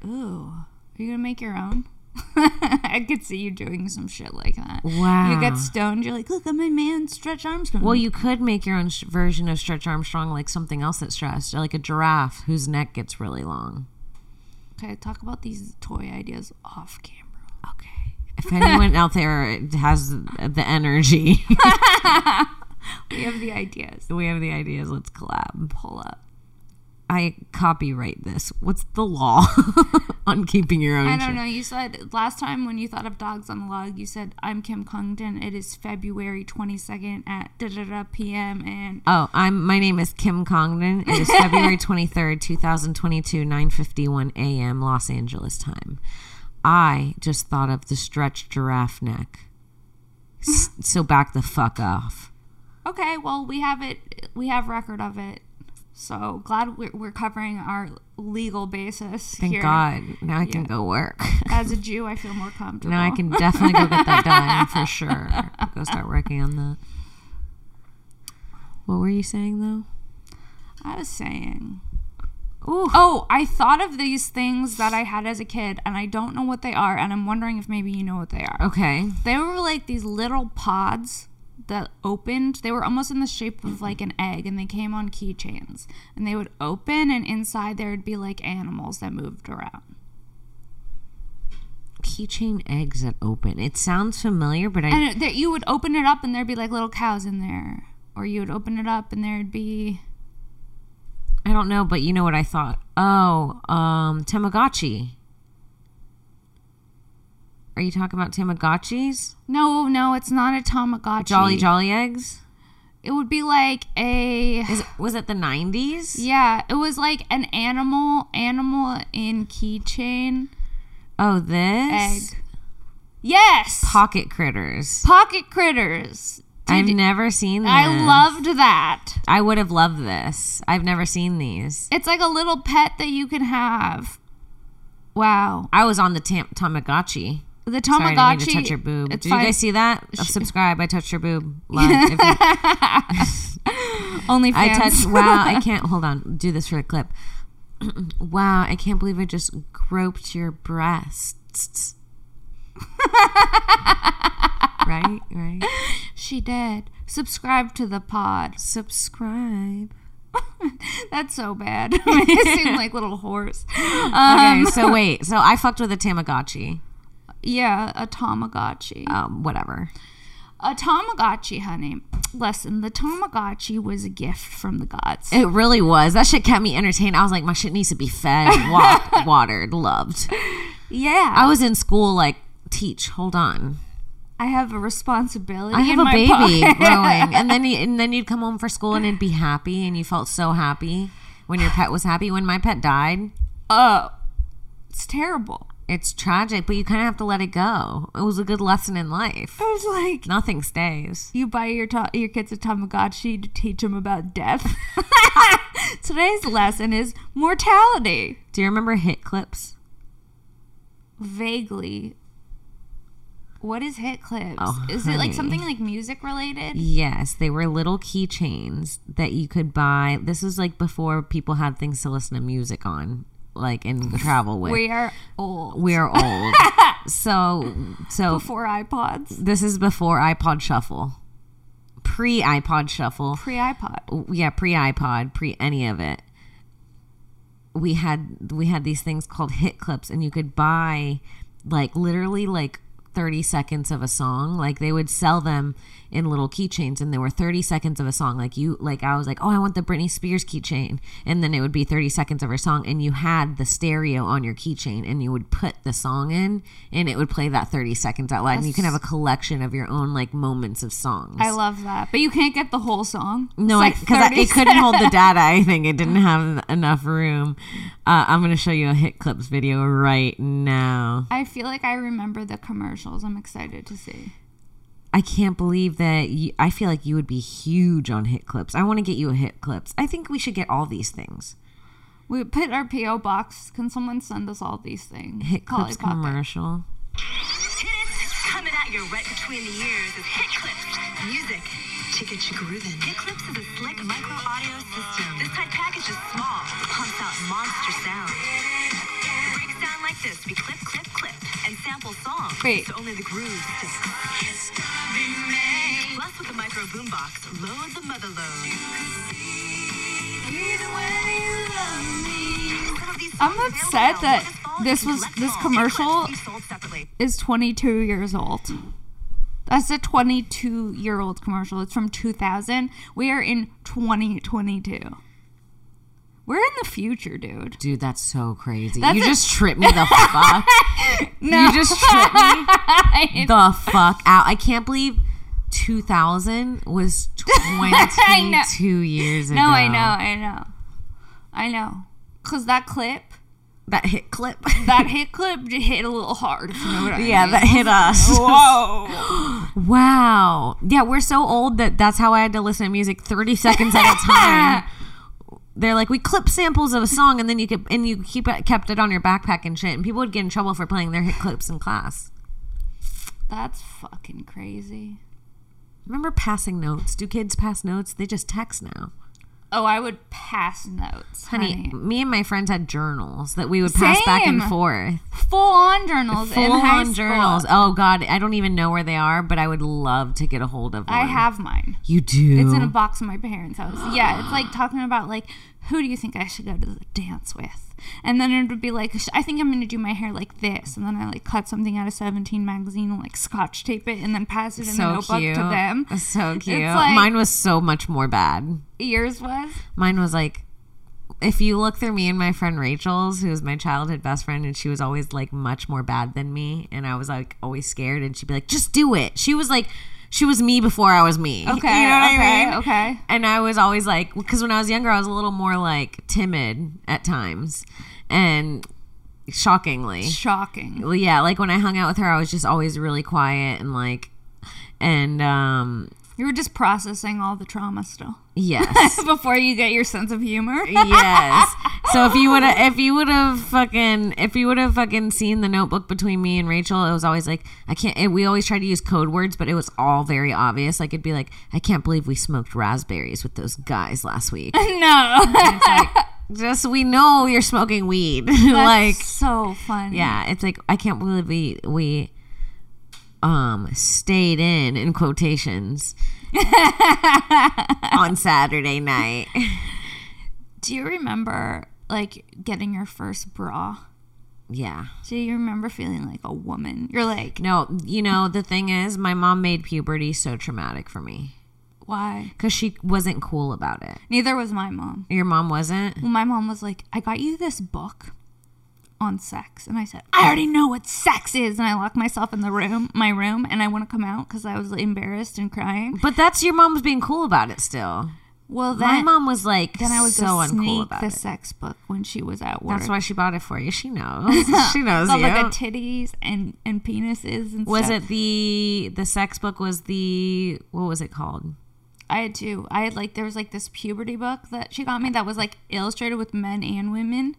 Ooh, are you gonna make your own? *laughs* I could see you doing some shit like that. You Wow. get stoned. You're like, look, I'm a man. Stretch Armstrong. Well, you could make your own sh- version of Stretch Armstrong, like something else that's stressed, like a giraffe whose neck gets really long. okay? Talk about these toy ideas off camera. *laughs* Okay. If anyone out there has the energy, *laughs* We have the ideas. we have the ideas. Let's collab. Pull up. I copyright this. What's the law *laughs* on keeping your own? I don't shit? know. You said last time when you thought of dogs on the log, you said, "I'm Kim Congdon. It is February 22nd at da da da p.m. and Oh, I'm. My name is Kim Congdon. It is February 23rd, 2022, 9:51 a.m. Los Angeles time. I just thought of the stretched giraffe neck. S- so back the fuck off. Okay, well, we have it. We have record of it. So glad we're, we're covering our legal basis Thank here. God. Now I can go work. As a Jew, I feel more comfortable. now I can definitely go get that done for sure. Go start working on that. What were you saying though? I was saying. Ooh. Oh, I thought of these things that I had as a kid, and I don't know what they are, and I'm wondering if maybe you know what they are. Okay. They were like these little pods that opened. They were almost in the shape of like an egg, and they came on keychains. And they would open, and inside there would be like animals that moved around. Keychain eggs that open. It sounds familiar, but I and that you would open it up and there'd be like little cows in there or you would open it up and there'd be I don't know, but you know what I thought? Oh, um, Tamagotchi. Are you talking about Tamagotchis? no no it's not a tamagotchi Jolly Jolly Eggs? it would be like a Is was it the 90s? yeah it was like an animal animal in keychain Oh, this? egg yes Pocket Critters. pocket critters I've never seen this. i loved that I would have loved this. I've never seen these. it's like a little pet that you can have wow I was on the tam- Tamagotchi. the Sorry, I didn't mean tamagotchi to touch your boob. it's Did fine. you guys see that? Subscribe. I touched your boob. Love. If *laughs* you- only I fans. touched. Wow, *laughs* I can't. Hold on. Do this for a clip. *clears throat* wow, I can't believe I just groped your breasts. *laughs* right, right. *laughs* she did subscribe to the pod Subscribe. That's so bad. *laughs* I seem like little horse. Um, Okay, *laughs* so wait. So I fucked with a Tamagotchi. Yeah, a Tamagotchi. Um, whatever. A Tamagotchi, honey. Listen, the Tamagotchi was a gift from the gods. It really was. That shit kept me entertained. I was like, my shit needs to be fed, *laughs* wa- watered, loved. yeah. I was in school like, teach. Hold on. I have a responsibility. I have in a my baby pocket. *laughs* growing, and then you, and then you'd come home for school and it'd be happy, and you felt so happy when your pet was happy. When my pet died, Oh, it's terrible. it's tragic, but you kind of have to let it go. It was a good lesson in life. I was like, Nothing stays. you buy your ta- your kids a Tamagotchi to teach them about death. *laughs* Today's lesson is mortality. Do you remember hit clips? Vaguely. What is hit clips? Oh, is it honey. like something like music related? Yes, they were little keychains that you could buy. This was like before people had things to listen to music on, like and travel with. We are old. We are *laughs* old, so so Before iPods, this is before iPod Shuffle, pre iPod Shuffle. pre iPod. yeah, pre iPod, pre any of it. We had we had these things called hit clips, and you could buy like literally like 30 seconds of a song. Like they would sell them in little keychains and they were 30 seconds of a song. Like you, like I was like, oh, I want the Britney Spears keychain. And then it would be 30 seconds of her song. And you had the stereo on your keychain and you would put the song in and it would play that 30 seconds out loud. and you can have a collection of your own like moments of songs. I love that. But you can't get the whole song. No, It's because I 30 it couldn't hold the data. I think it didn't have enough room. Uh, I'm going to show you a Hit Clips video right now. *laughs* I feel like I remember the commercials. I'm excited to see. I can't believe that. You, I feel like you would be huge on Hit Clips. I want to get you a Hit Clips. I think we should get all these things. We put our PO box. Can someone send us all these things? Hit Clips Polly Pocket. commercial. Hit it. Coming at you right between the ears is Hit Clips. Music to get you grooving. Hit Clips is a slick micro audio system. This tight package is small, pumps out monster sound. The breaks sound like this. We clip, clip, clip, and sample songs. Wait. So only the grooves stick. Plus, with the micro boombox, load the mother load. Some of these I'm songs upset that available now. Let Us Fall this and was- Let this Fall. Hit Clips commercial- can be sold separately. Is 22 years old. That's a 22 year old commercial. It's from 2000. We are in 2022. We're in the future, dude. Dude, that's so crazy. That's you a- just tripped me *laughs* the fuck. You just tripped me the fuck out. I can't believe 2000 was *laughs* I know. 22 years ago. No, I know, I know, I know. Cause that clip, That Hit Clip. that hit clip, j- hit a little hard. If you know what I yeah, mean. that hit *laughs* us. Whoa. Wow. Yeah, we're so old that that's how I had to listen to music 30 seconds *laughs* at a time. They're like, we clip samples of a song and then you could, and you keep it, kept it on your backpack and shit. And people would get in trouble for playing their hit clips in class. That's fucking crazy. Remember passing notes? Do kids pass notes? They just text now. Oh, I would pass notes, honey. Honey, me and my friends had journals that we would pass back and Same. forth. Full on journals in Full high on school. journals. Oh, God. I don't even know where they are, but I would love to get a hold of one. I have mine. You do. It's in a box in my parents' house. Yeah, it's like talking about like who do you think I should go to the dance with, and then it would be like "Sh- I think I'm gonna do my hair like this, and then I like cut something out of Seventeen magazine and like scotch tape it, and then pass it in the so notebook cute. to them. So cute. like- Mine was so much more bad. Yours was Mine was like, if you look through me and my friend Rachel's, who was my childhood best friend, and she was always like much more bad than me, and I was like always scared, and she'd be like, "Just do it." She was like, she was me before I was me. you know okay. what okay, I mean? okay. And I was always like, because when I was younger, I was a little more like timid at times, and shockingly, Shocking. well, yeah, like when I hung out with her, I was just always really quiet and like, and um, You were just processing all the trauma still *laughs* yes. before you get your sense of humor. yes. So if you would have, if you would have fucking, if you would have fucking seen the notebook between me and Rachel, it was always like I can't. It, we always tried to use code words, but it was all very obvious. Like it'd be like, I can't believe we smoked raspberries with those guys last week. *laughs* no, It's like, just we know you're smoking weed. *laughs* like so funny. yeah, it's like I can't believe we we um stayed in in quotations *laughs* on Saturday night. *laughs* Do you remember like getting your first bra? Yeah. Do you remember feeling like a woman? You're like, No, you know, the thing is, my mom made puberty so traumatic for me why? because she wasn't cool about it. Neither was my mom. Your mom wasn't? Well, my mom was like, I got you this book on sex. And I said, I already know what sex is. And I locked myself in the room, my room, and I want to come out because I was embarrassed and crying. But that's your mom was being cool about it still. Well, then, My mom was like, then I was so gonna uncool sneak about the it. sex book when she was at work. That's why she bought it for you. She *laughs* knows. she knows Got, you. like a titties and, and penises and was stuff. it the the sex book? Was the what was it called? I had two. I had like there was like this puberty book that she got me that was like illustrated with men and women,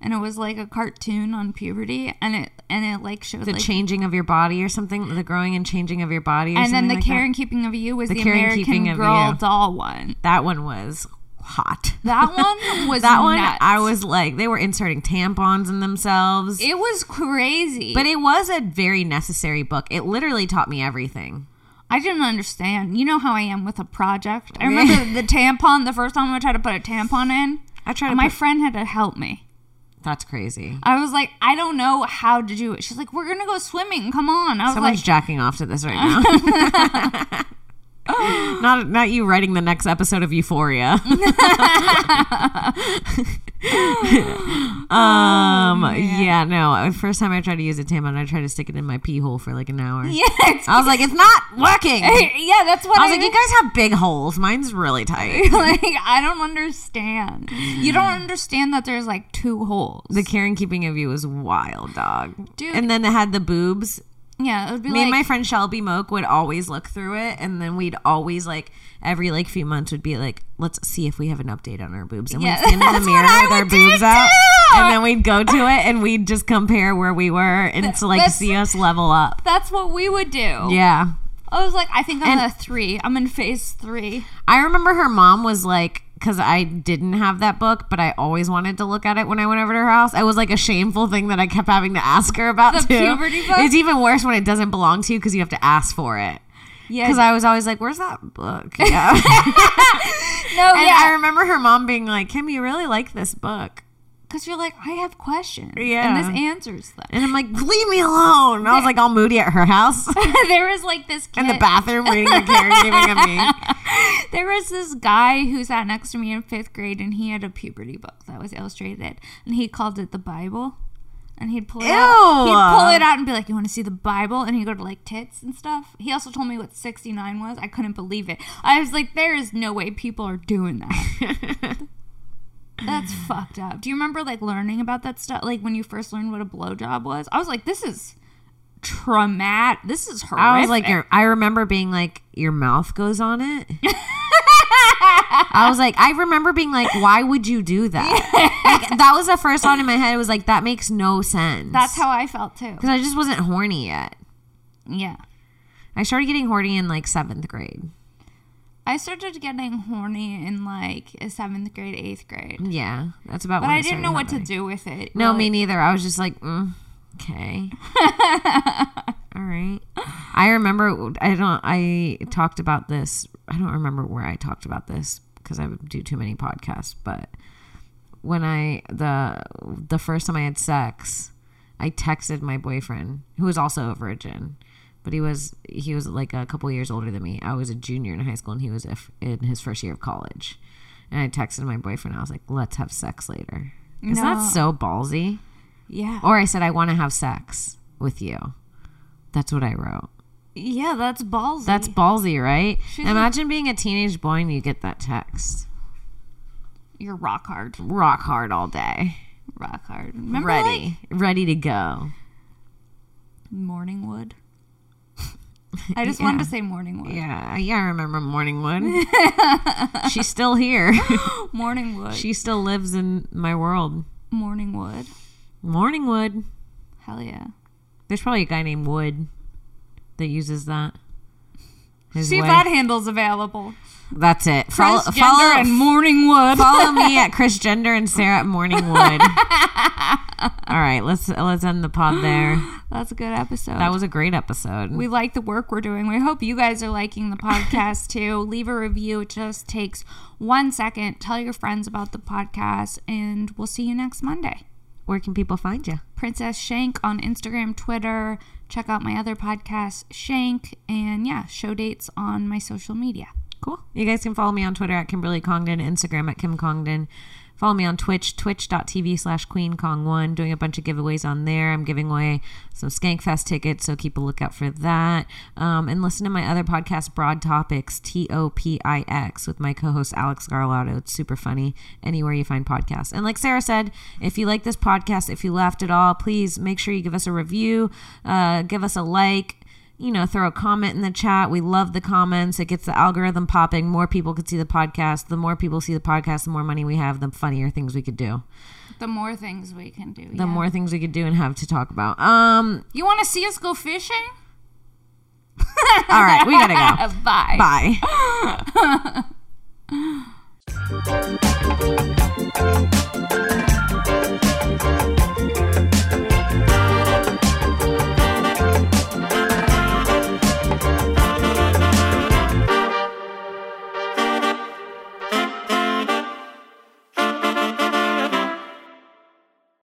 and it was like a cartoon on puberty, and it and it like showed The like changing of your body or something? The growing and changing of your body. Or and then something the like care and that? keeping of you was the, Care and Keeping American of Girl You. doll one. that one was hot. *laughs* That one was that one nuts. I was like, they were inserting tampons in themselves. It was crazy, But it was a very necessary book. It literally taught me everything. I didn't understand. You know how I am with a project. *laughs* I remember the tampon. The first time I tried to put a tampon in, I tried to my put- friend had to help me. That's crazy. I was like, I don't know how to do it. She's like, we're gonna go swimming. Come on. I was Someone's like, *laughs* jacking off to this right now. *laughs* not not you writing the next episode of *laughs* Euphoria. um Oh, yeah, no. Uh, First time I tried to use a tampon, I tried to stick it in my pee hole for like an hour. yeah, it's, I was like, it's not working. I *laughs* yeah, that's what I, was like, you guys have big holes. Mine's really *laughs* tight. like I don't understand. You don't Mm. understand that there's like two holes. The Karen keeping of you was wild, dog. Dude. And then it had the boobs yeah, it would be Me like and my friend Shelby Moak would always look through it, and then we'd always like every like few months would be like, let's see if we have an update on our boobs, and Yeah, we'd stand in *laughs* that's the what mirror I with our would do boobs out, too. and then we'd go to it and we'd just compare where we were and to like that's- see us level up. that's what we would do. Yeah. Yeah, I was like, I think I'm And- a three. I'm in phase three. I remember her mom was like. Because I didn't have that book, but I always wanted to look at it when I went over to her house. It was like a shameful thing that I kept having to ask her about. The too. puberty book? It's even worse when it doesn't belong to you because you have to ask for it. Yeah. Because I was always like, "Where's that book?" Yeah. no, And I Oh, yeah. remember her mom being like, Kim, you really like this book. Because you're like, I have questions. Yeah. And this answers them. And I'm like, leave me alone. And I was like all moody at her house *laughs* *laughs* there was like this kid. in *laughs* the bathroom reading the caregiving of me. There was this guy who sat next to me in fifth grade, and he had a puberty book that was illustrated, and he called it the Bible. And he'd pull it Ew. out. He'd pull it out and be like, "You want to see the Bible?" And he'd go to like tits and stuff. He also told me what sixty nine was. I couldn't believe it. I was like, "There is no way people are doing that." *laughs* That's fucked up. Do you remember like learning about that stuff? Like when you first learned what a blowjob was, I was like, "This is traumatic. This is horrific." I was like, your, I remember being like, your mouth goes on *laughs* it. I was like, I remember being like, why would you do that? Like, that was the first thought in my head. It was like, that makes no sense. "That's how I felt too." Because I just wasn't horny yet. Yeah. I started getting horny in like seventh grade. I started getting horny in like a seventh grade, eighth grade, Yeah. That's about but when it I started didn't know what happening. to do with it. No, really. me neither. I was just like, mm, okay. *laughs* All right. I remember, I don't, I talked about this. I don't remember where I talked about this because I do too many podcasts, but when I, the, the first time I had sex, I texted my boyfriend who was also a virgin, but he was, he was like a couple years older than me. I was a junior in high school and he was a f in his first year of college. And I texted my boyfriend. I was like, let's have sex later. Isn't No. that so ballsy? Yeah. Or I said, I want to have sex with you. That's what I wrote. yeah, that's ballsy. That's ballsy, right? She's Imagine being a teenage boy and you get that text. you're rock hard, Rock hard all day. rock hard. Remember like Ready. ready to go. Morningwood? *laughs* I just wanted to say Morningwood. Yeah, yeah, I remember Morningwood. *laughs* She's still here. Morningwood. she still lives in my world. Morningwood. Morningwood. Hell yeah. There's probably a guy named Wood that uses that. His See if way. that handle's available. That's it. Follow, Transgender follow, and Morningwood. Follow me at Chris Gender and Sarah at Morningwood. All right, let's let's end the pod there. That's a good episode. That was a great episode. we like the work we're doing. We hope you guys are liking the *laughs* podcast too. Leave a review. It just takes one second. Tell your friends about the podcast, and we'll see you next Monday. Where can people find you? Princess Shank on Instagram, Twitter. Check out my other podcast, Shank, and yeah, show dates on my social media. Cool. You guys can follow me on Twitter at Kimberly Congdon, Instagram at Kim Congdon. Follow me on Twitch, twitch.tv slash Queen Kong1. Doing a bunch of giveaways on there. I'm giving away some Skankfest tickets, so keep a lookout for that. Um, and listen to my other podcast, Broad Topics, T O P I X, with my co host Alex Garlato. It's super funny anywhere you find podcasts. And like Sarah said, if you like this podcast, if you laughed at all, please make sure you give us a review, uh, give us a like you know, throw a comment in the chat. We love the comments. It gets the algorithm popping. More people could see the podcast. The more people see the podcast, the more money we have, the funnier things we could do. The more things we can do, The more things we could do and have to talk about. Um, you want to see us go fishing. Uh, all right, we gotta go. Oh. Bye. Bye.